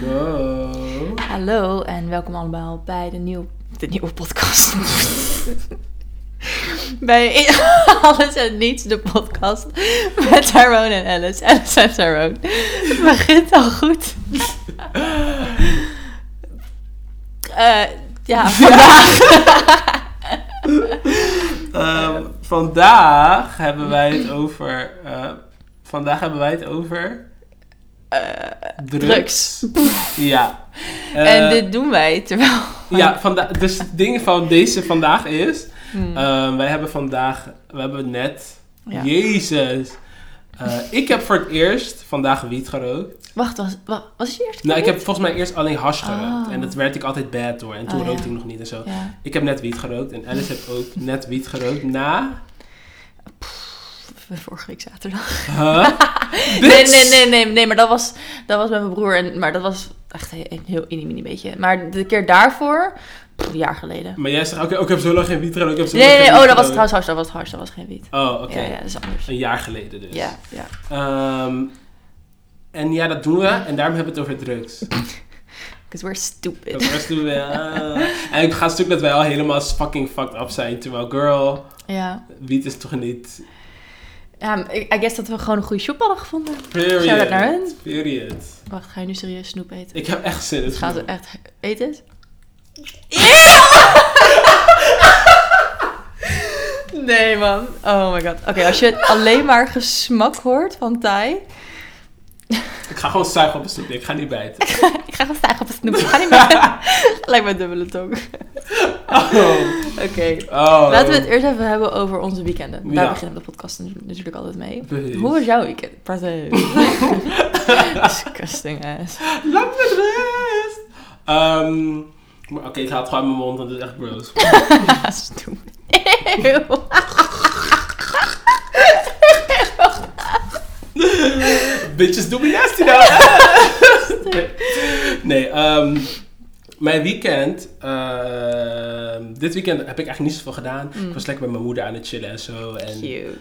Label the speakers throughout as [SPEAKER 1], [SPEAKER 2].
[SPEAKER 1] Hallo.
[SPEAKER 2] Hallo en welkom allemaal bij de nieuwe, de nieuwe podcast. bij Alles en Niets, de podcast met Tyrone en Alice. Alice en Tyrone. Het begint al goed. Eh, ja, vandaag.
[SPEAKER 1] Ehm, vandaag hebben wij het over. eh, vandaag hebben wij het over. eh,
[SPEAKER 2] drugs.
[SPEAKER 1] Ja.
[SPEAKER 2] en
[SPEAKER 1] Eh,
[SPEAKER 2] dit doen wij terwijl...
[SPEAKER 1] Ja, vanda- dus het ding van deze vandaag is. ehm, wij hebben vandaag. We hebben net.
[SPEAKER 2] Hmm. Ja.
[SPEAKER 1] Jezus. Eh, ik heb voor het eerst vandaag wiet gerookt.
[SPEAKER 2] Wacht, was, wa- was je eerst?
[SPEAKER 1] Nou, ik heb volgens mij eerst alleen hash gerookt.
[SPEAKER 2] Oh.
[SPEAKER 1] En dat werd ik altijd bad door. En toen
[SPEAKER 2] Oh, ja.
[SPEAKER 1] rookte ik nog niet en zo.
[SPEAKER 2] Ja,
[SPEAKER 1] Ik heb net wiet gerookt. En Alice heeft ook net wiet gerookt na.
[SPEAKER 2] vorige week zaterdag.
[SPEAKER 1] Huh?
[SPEAKER 2] Nee,
[SPEAKER 1] Dit-
[SPEAKER 2] nee, nee, nee, nee, maar dat was, dat was met mijn broer. En, maar dat was echt een een heel mini beetje. Maar de keer daarvoor, pff, een jaar geleden.
[SPEAKER 1] Maar jij zegt, oké, ook ik heb zo lang geen wiet gerookt. Ik heb zo
[SPEAKER 2] Nee, nee,
[SPEAKER 1] lang geen
[SPEAKER 2] nee, oh,
[SPEAKER 1] wiet
[SPEAKER 2] dat was
[SPEAKER 1] gerookt.
[SPEAKER 2] trouwens hars, dat was hars, dat was geen wiet.
[SPEAKER 1] Oh, oké.
[SPEAKER 2] Ja, ja, dat is anders.
[SPEAKER 1] Een jaar geleden dus.
[SPEAKER 2] Ja, ja.
[SPEAKER 1] Ehm, en ja, dat doen we. En daarom hebben we het over drugs.
[SPEAKER 2] Because we're stupid.
[SPEAKER 1] Dat rest doen we. ah. en ik ga stuk dat wij al helemaal fucking fucked up zijn. Terwijl, girl,
[SPEAKER 2] Ja,
[SPEAKER 1] wiet is toch niet...
[SPEAKER 2] ja maar ik I guess dat we gewoon een goede shop hadden gevonden.
[SPEAKER 1] Period.
[SPEAKER 2] Shout out naar hen.
[SPEAKER 1] Period.
[SPEAKER 2] Wacht, ga je nu serieus snoep eten?
[SPEAKER 1] Ik heb echt zin in het
[SPEAKER 2] Gaat
[SPEAKER 1] snoep.
[SPEAKER 2] het echt eten? Eeuw! Nee, man. Oh my god. Oké, als je alleen maar gesmak hoort van Thai,
[SPEAKER 1] Ik ga gewoon zuigen op een snoepje. Ik ga niet bijten.
[SPEAKER 2] Ik ga gewoon stijgen op het snoep. Ik ga niet meer. Lijkt me een dubbele tong.
[SPEAKER 1] Oh.
[SPEAKER 2] Oké.
[SPEAKER 1] Oh.
[SPEAKER 2] Laten we het eerst even hebben over onze weekenden. Daar
[SPEAKER 1] Ja.
[SPEAKER 2] beginnen we de podcast natu- natuurlijk altijd mee.
[SPEAKER 1] Precies.
[SPEAKER 2] Hoe was jouw weekend? Partij. Disgusting ass.
[SPEAKER 1] Laat me rust. Ehm, maar Oké, ik haal het gewoon uit mijn mond. Want het is echt gross.
[SPEAKER 2] Stoem. Eeuw.
[SPEAKER 1] Bitches do me nasty now. nee, ehm, mijn weekend. ehm, dit weekend heb ik eigenlijk niet zoveel gedaan. Ik was lekker met mijn moeder aan het chillen en zo. En
[SPEAKER 2] Mm. Cute.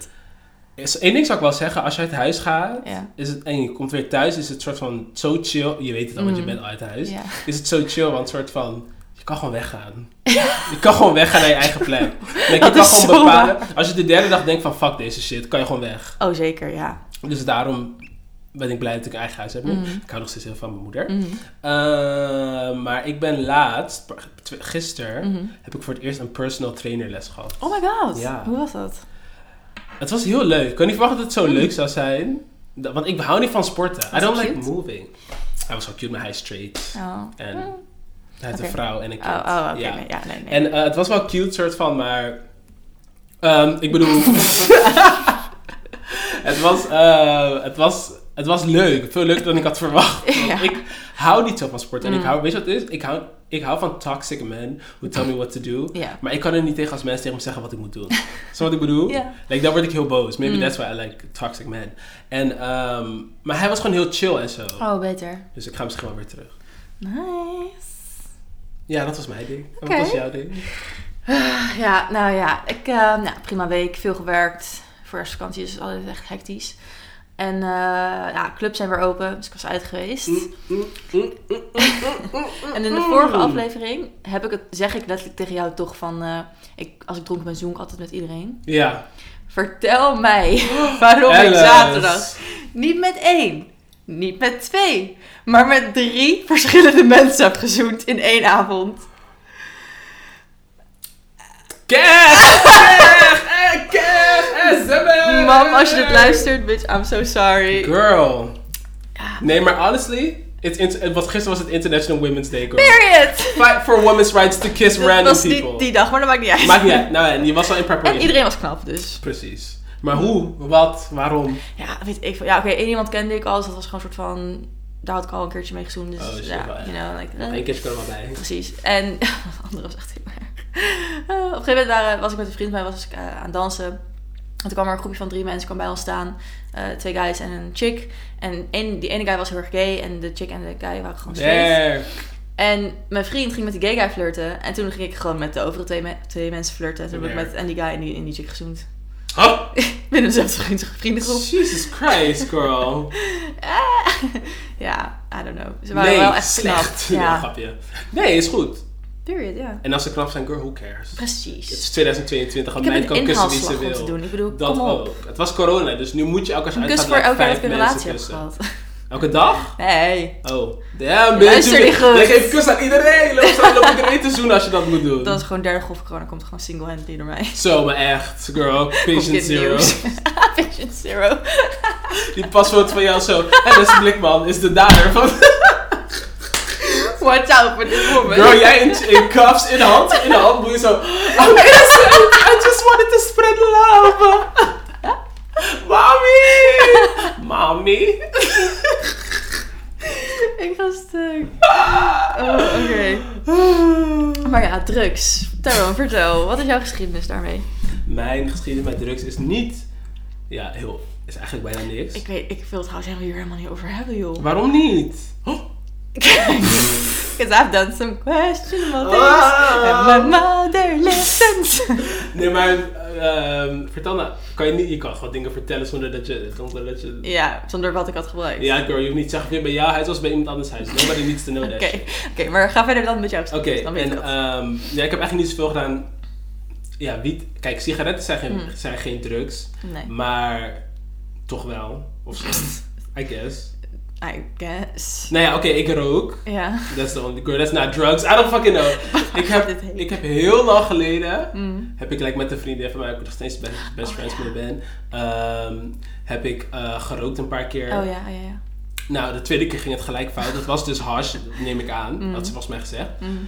[SPEAKER 1] is, één ding zou ik wel zeggen: als je uit huis gaat.
[SPEAKER 2] Ja.
[SPEAKER 1] Is het, en je komt weer thuis, is het soort van zo chill. Je weet het al, want je
[SPEAKER 2] Mm.
[SPEAKER 1] bent al uit huis.
[SPEAKER 2] Ja.
[SPEAKER 1] Is het zo chill, want soort van. Je kan gewoon weggaan. Je kan gewoon weggaan naar je eigen plek. Like, je
[SPEAKER 2] Dat
[SPEAKER 1] kan
[SPEAKER 2] is
[SPEAKER 1] gewoon
[SPEAKER 2] zo
[SPEAKER 1] bepalen. Als je de derde dag denkt van fuck deze shit, kan je gewoon weg.
[SPEAKER 2] Oh, zeker, ja.
[SPEAKER 1] Dus daarom ben ik blij dat ik een eigen huis heb
[SPEAKER 2] Mm.
[SPEAKER 1] nu. Ik hou nog steeds heel veel van mijn moeder.
[SPEAKER 2] Mhm.
[SPEAKER 1] Eh, maar ik ben laatst, gisteren,
[SPEAKER 2] Mhm.
[SPEAKER 1] heb ik voor het eerst een personal trainer les gehad.
[SPEAKER 2] Oh my god.
[SPEAKER 1] Ja.
[SPEAKER 2] Hoe was dat?
[SPEAKER 1] Het was heel leuk. Ik kon niet verwachten dat het zo leuk zou zijn. Da- Want ik hou niet van sporten. I
[SPEAKER 2] Was
[SPEAKER 1] don't
[SPEAKER 2] hij
[SPEAKER 1] like
[SPEAKER 2] cute?
[SPEAKER 1] moving. Hij was wel cute, maar hij is straight.
[SPEAKER 2] Oh.
[SPEAKER 1] En
[SPEAKER 2] Oh,
[SPEAKER 1] hij heeft een
[SPEAKER 2] Oké.
[SPEAKER 1] vrouw en een kind.
[SPEAKER 2] oh, oké.
[SPEAKER 1] Ja.
[SPEAKER 2] Nee, ja, nee, nee.
[SPEAKER 1] En eh, het was wel cute soort van, maar... ehm, ik bedoel... het, was, eh, het, was, het was leuk. Veel leuker dan ik had verwacht. Want
[SPEAKER 2] Ja. Mm.
[SPEAKER 1] Ik hou niet zo van sport. En ik hou... Weet je wat het is? Ik hou, ik hou van toxic men who tell me what to do.
[SPEAKER 2] Ja.
[SPEAKER 1] Maar ik kan er niet tegen als mensen tegen me zeggen wat ik moet doen. Snap je wat ik bedoel?
[SPEAKER 2] Ja.
[SPEAKER 1] Like, daar word ik heel boos. Maybe
[SPEAKER 2] Mm.
[SPEAKER 1] that's why I like toxic men. En, ehm, maar hij was gewoon heel chill en zo.
[SPEAKER 2] Oh, beter.
[SPEAKER 1] Dus ik ga misschien wel weer terug.
[SPEAKER 2] Nice.
[SPEAKER 1] Ja, dat was mijn ding. En
[SPEAKER 2] Oké.
[SPEAKER 1] Wat was jouw ding?
[SPEAKER 2] Ja, nou ja, ik, eh, nou, prima week, veel gewerkt. Voorjaarsvakantie is altijd echt hectisch. En eh, ja, clubs zijn weer open, dus ik was uit geweest. En in de vorige aflevering heb ik het, zeg ik letterlijk tegen jou toch van... eh, ik, als ik dronken ben, zoen ik altijd met iedereen.
[SPEAKER 1] Ja.
[SPEAKER 2] Vertel mij waarom ik
[SPEAKER 1] Alice.
[SPEAKER 2] zaterdag niet met één, niet met twee... maar met drie verschillende mensen heb gezoend in één avond.
[SPEAKER 1] Kerst! Kerst! Eh, Kerst! Eh, Zebber!
[SPEAKER 2] Mam, als je dit luistert, bitch, I'm so sorry.
[SPEAKER 1] Girl.
[SPEAKER 2] Ja.
[SPEAKER 1] Nee, maar honestly, het int- het was, gisteren was het International Women's Day, girl.
[SPEAKER 2] Period!
[SPEAKER 1] Fight for women's rights to kiss
[SPEAKER 2] Dat
[SPEAKER 1] random
[SPEAKER 2] was
[SPEAKER 1] people.
[SPEAKER 2] die, die dag, maar dat maakt niet uit.
[SPEAKER 1] Maakt niet uit. Nou, en je was al in
[SPEAKER 2] En
[SPEAKER 1] preparation.
[SPEAKER 2] iedereen was knap, dus.
[SPEAKER 1] Precies. Maar hoe, wat, waarom?
[SPEAKER 2] Ja, weet ik veel. Ja, oké, één iemand kende ik al, dus dat was gewoon een soort van... Daar had ik al een keertje mee gezoend, dus
[SPEAKER 1] Oh, shit,
[SPEAKER 2] ja,
[SPEAKER 1] wel, ja.
[SPEAKER 2] you know, like... eh,
[SPEAKER 1] Eén keertje kan er wel bij.
[SPEAKER 2] Precies. En de andere was echt heel erg. Eh, op een gegeven moment waren, was ik met een vriend van mij was ik, eh, aan het dansen. En toen kwam er een groepje van drie mensen kwam bij ons staan. Eh, twee guys en een chick. En één- die ene guy was heel erg gay en de chick en de guy waren gewoon
[SPEAKER 1] There.
[SPEAKER 2] straight. En mijn vriend ging met die gay guy flirten. En toen ging ik gewoon met de overige twee, me- twee mensen flirten. En toen heb ik
[SPEAKER 1] Weer.
[SPEAKER 2] met en die guy en die, en die chick gezoend.
[SPEAKER 1] Huh?
[SPEAKER 2] Binnen dezelfde vriend- vriendengroep.
[SPEAKER 1] Jesus Christ, girl.
[SPEAKER 2] Ah, ja, I don't know. Ze waren
[SPEAKER 1] Nee,
[SPEAKER 2] wel echt
[SPEAKER 1] slecht.
[SPEAKER 2] knap.
[SPEAKER 1] Ja.
[SPEAKER 2] Ja.
[SPEAKER 1] grapje. Nee, is goed.
[SPEAKER 2] Period, ja.
[SPEAKER 1] En als ze knap zijn, girl, who cares? Het
[SPEAKER 2] Precies.
[SPEAKER 1] is 2022,
[SPEAKER 2] Ik
[SPEAKER 1] een meid
[SPEAKER 2] heb
[SPEAKER 1] kan
[SPEAKER 2] een
[SPEAKER 1] kussen wie ze
[SPEAKER 2] inhaalslag om te
[SPEAKER 1] wil.
[SPEAKER 2] doen. Ik bedoel,
[SPEAKER 1] Dat
[SPEAKER 2] kom op.
[SPEAKER 1] ook. Het was corona, dus nu moet je elke
[SPEAKER 2] Een
[SPEAKER 1] keer
[SPEAKER 2] kus voor elke keer dat ik een relatie heb
[SPEAKER 1] kussen.
[SPEAKER 2] gehad.
[SPEAKER 1] Elke dag?
[SPEAKER 2] Nee,
[SPEAKER 1] Oh, damn bitch.
[SPEAKER 2] Luister
[SPEAKER 1] Je-
[SPEAKER 2] niet goed.
[SPEAKER 1] Je geeft kus aan iedereen. Je loopt zo- loop iedereen te zoenen als je dat moet doen.
[SPEAKER 2] dat is gewoon derde golf corona. Komt gewoon single-handedly door mij.
[SPEAKER 1] Zo, maar echt, girl.
[SPEAKER 2] Komt
[SPEAKER 1] Patient
[SPEAKER 2] dit
[SPEAKER 1] zero.
[SPEAKER 2] nieuws. Patient zero.
[SPEAKER 1] Die paswoord van jou zo. En dat is Blikman, is de dader van...
[SPEAKER 2] Watch out for this woman.
[SPEAKER 1] Girl, jij in, in cuffs, in de hand, in de hand, moet je zo...
[SPEAKER 2] Oh
[SPEAKER 1] I'm innocent, I just wanted to spread love. Mommy! Mommy!
[SPEAKER 2] Ik ga stuk. Oh, oké. Maar ja, drugs. Tyrone, vertel. Wat is jouw geschiedenis daarmee?
[SPEAKER 1] Mijn geschiedenis met drugs is niet... Ja, heel... Is eigenlijk bijna niks.
[SPEAKER 2] Ik weet, ik wil het trouwens helemaal hier helemaal niet over hebben, joh.
[SPEAKER 1] Waarom niet? Oh,
[SPEAKER 2] Because I've done some questionable things.
[SPEAKER 1] Ah.
[SPEAKER 2] And my mother listens.
[SPEAKER 1] Nee, maar ehm, vertel nou. Kan je, niet, je kan gewoon dingen vertellen zonder dat je... Zonder dat je
[SPEAKER 2] ja, zonder wat ik had gebruikt.
[SPEAKER 1] ja, girl, je hoeft niet te zeggen of je bij jouw huis was of bij iemand anders huis. Nobody needs to know that
[SPEAKER 2] Oké,
[SPEAKER 1] shit.
[SPEAKER 2] oké, maar ga verder dan met jouw
[SPEAKER 1] Oké,
[SPEAKER 2] geschiedenis. dan weet ik
[SPEAKER 1] en
[SPEAKER 2] dat.
[SPEAKER 1] ehm, ja, ik heb eigenlijk niet zoveel gedaan. Ja, wiet. Kijk, sigaretten zijn geen,
[SPEAKER 2] Hmm.
[SPEAKER 1] zijn geen drugs,
[SPEAKER 2] nee,
[SPEAKER 1] maar toch wel. Of zo. I guess.
[SPEAKER 2] I guess.
[SPEAKER 1] Nou ja, oké, ik rook.
[SPEAKER 2] Ja.
[SPEAKER 1] That's the only girl. That's not drugs. I don't fucking know. ik, heb,
[SPEAKER 2] Dit heet.
[SPEAKER 1] ik heb heel lang geleden,
[SPEAKER 2] Mm.
[SPEAKER 1] heb ik like, met een vriendin van mij, waar ik nog steeds best, best
[SPEAKER 2] Oh,
[SPEAKER 1] friends
[SPEAKER 2] ja.
[SPEAKER 1] mee ben, ehm, heb ik eh, gerookt een paar keer.
[SPEAKER 2] Oh ja, ja, ja.
[SPEAKER 1] Nou, de tweede keer ging het gelijk fout. Dat was dus hash, neem ik aan.
[SPEAKER 2] Mm.
[SPEAKER 1] Dat ze volgens mij gezegd.
[SPEAKER 2] Mm.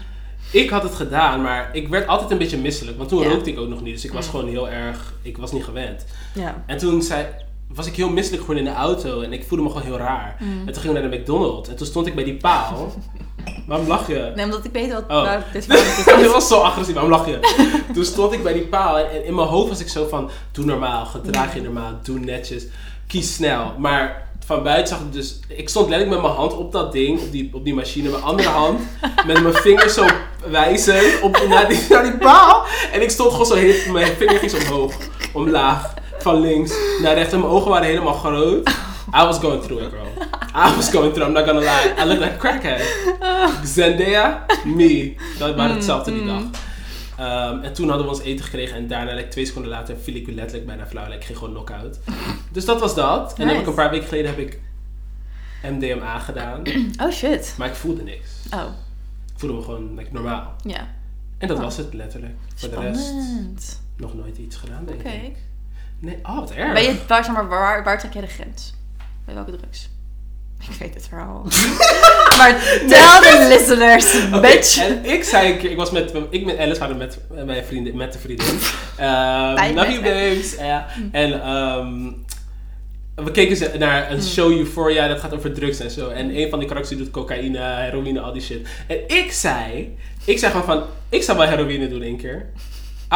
[SPEAKER 1] Ik had het gedaan, maar ik werd altijd een beetje misselijk. Want toen
[SPEAKER 2] Ja.
[SPEAKER 1] rookte ik ook nog niet. Dus ik was
[SPEAKER 2] Mm.
[SPEAKER 1] gewoon heel erg... Ik was niet gewend.
[SPEAKER 2] Ja.
[SPEAKER 1] En toen zei, was ik heel misselijk geworden in de auto. En ik voelde me gewoon heel raar.
[SPEAKER 2] Mm.
[SPEAKER 1] En toen gingen we naar de McDonald's. En toen stond ik bij die paal. Waarom lach je?
[SPEAKER 2] Nee, omdat ik weet wat...
[SPEAKER 1] Oh.
[SPEAKER 2] Nou, dit
[SPEAKER 1] Dat was zo agressief. Waarom lach je? toen stond ik bij die paal. En, en in mijn hoofd was ik zo van... Doe normaal. Gedraag je normaal. Doe netjes. Kies snel. Maar... Van buiten zag ik dus... Ik stond letterlijk met mijn hand op dat ding, op die, op die machine. Mijn andere hand, met mijn vingers zo wijzen op, naar, die, naar die paal. En ik stond gewoon zo heel... Mijn vinger ging zo omhoog, omlaag, van links naar rechts. En mijn ogen waren helemaal groot. I was going through it, girl. I was going through, I'm not gonna lie. I looked like a crackhead. Zendaya, me. Dat waren hetzelfde die dag. Ehm, en toen hadden we ons eten gekregen en daarna, like, twee seconden later, viel ik letterlijk bijna flauw. Like, ik ging gewoon knock-out. Dus dat was dat. En dan heb ik
[SPEAKER 2] Nice.
[SPEAKER 1] een paar weken geleden heb ik MDMA gedaan.
[SPEAKER 2] Oh shit.
[SPEAKER 1] maar ik voelde niks.
[SPEAKER 2] Oh,
[SPEAKER 1] Ik voelde me gewoon like, normaal.
[SPEAKER 2] ja.
[SPEAKER 1] En dat
[SPEAKER 2] Oh.
[SPEAKER 1] was het letterlijk. Voor de rest
[SPEAKER 2] Spannend.
[SPEAKER 1] nog nooit iets gedaan, denk
[SPEAKER 2] Oké.
[SPEAKER 1] ik. Nee, oh, wat erg.
[SPEAKER 2] Ben je, waar, zeg maar, waar, waar trek jij de grens? Bij welke drugs? Ik weet het verhaal. maar tell the listeners,
[SPEAKER 1] Oké,
[SPEAKER 2] bitch.
[SPEAKER 1] En ik zei een keer, ik was met, ik met Alice, waren met eh, mijn vrienden, met de vriendin. Ehm, love
[SPEAKER 2] Bij- met- Hm.
[SPEAKER 1] you babes. Ja. En ehm, we keken ze naar
[SPEAKER 2] Hm.
[SPEAKER 1] een show Euphoria, dat gaat over drugs en zo. En een van die karakters doet cocaïne, heroïne, al die shit. En ik zei, ik zei gewoon van, ik zou wel heroïne doen één keer.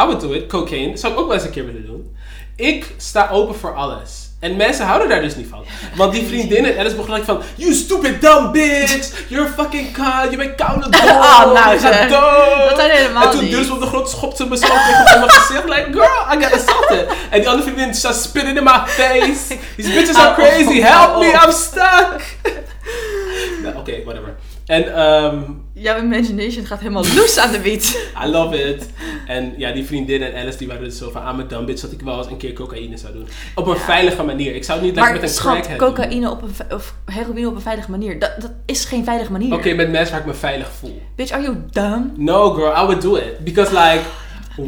[SPEAKER 1] I would do it, cocaine, zou ik ook wel eens een keer willen doen. Ik sta open voor alles. En mensen houden daar dus niet van. Want die vriendinnen, en Alice begon gelijk van... You stupid dumb bitch! You're fucking cow, je bent koude dood!
[SPEAKER 2] Ah, nou
[SPEAKER 1] je gaat
[SPEAKER 2] zeg.
[SPEAKER 1] dood!
[SPEAKER 2] Dat zijn helemaal
[SPEAKER 1] En toen
[SPEAKER 2] niet.
[SPEAKER 1] duurde ze op de grond, schopte me zo tegen mijn gezicht. Like, girl, I got assaulted. en die andere vriendin, she spitting in my face. These bitches are
[SPEAKER 2] Hou op,
[SPEAKER 1] crazy,
[SPEAKER 2] hou
[SPEAKER 1] help
[SPEAKER 2] op.
[SPEAKER 1] me, I'm stuck! Nou, Oké, whatever. En ehm,
[SPEAKER 2] Jouw imagination gaat helemaal loose aan de beat.
[SPEAKER 1] I love it. En ja, die vriendin en Alice die waren dus zo van aan mijn dumb bitch dat ik wel eens een keer cocaïne zou doen. Op een veilige manier. Ik zou het niet lekker
[SPEAKER 2] Maar
[SPEAKER 1] met een
[SPEAKER 2] schat,
[SPEAKER 1] crackhead doen.
[SPEAKER 2] cocaïne op een, ve- of heroïne op een veilige manier. Dat, dat is geen veilige manier.
[SPEAKER 1] Oké, met mensen waar ik me veilig voel.
[SPEAKER 2] Bitch, are you dumb?
[SPEAKER 1] No girl, I would do it. Because like,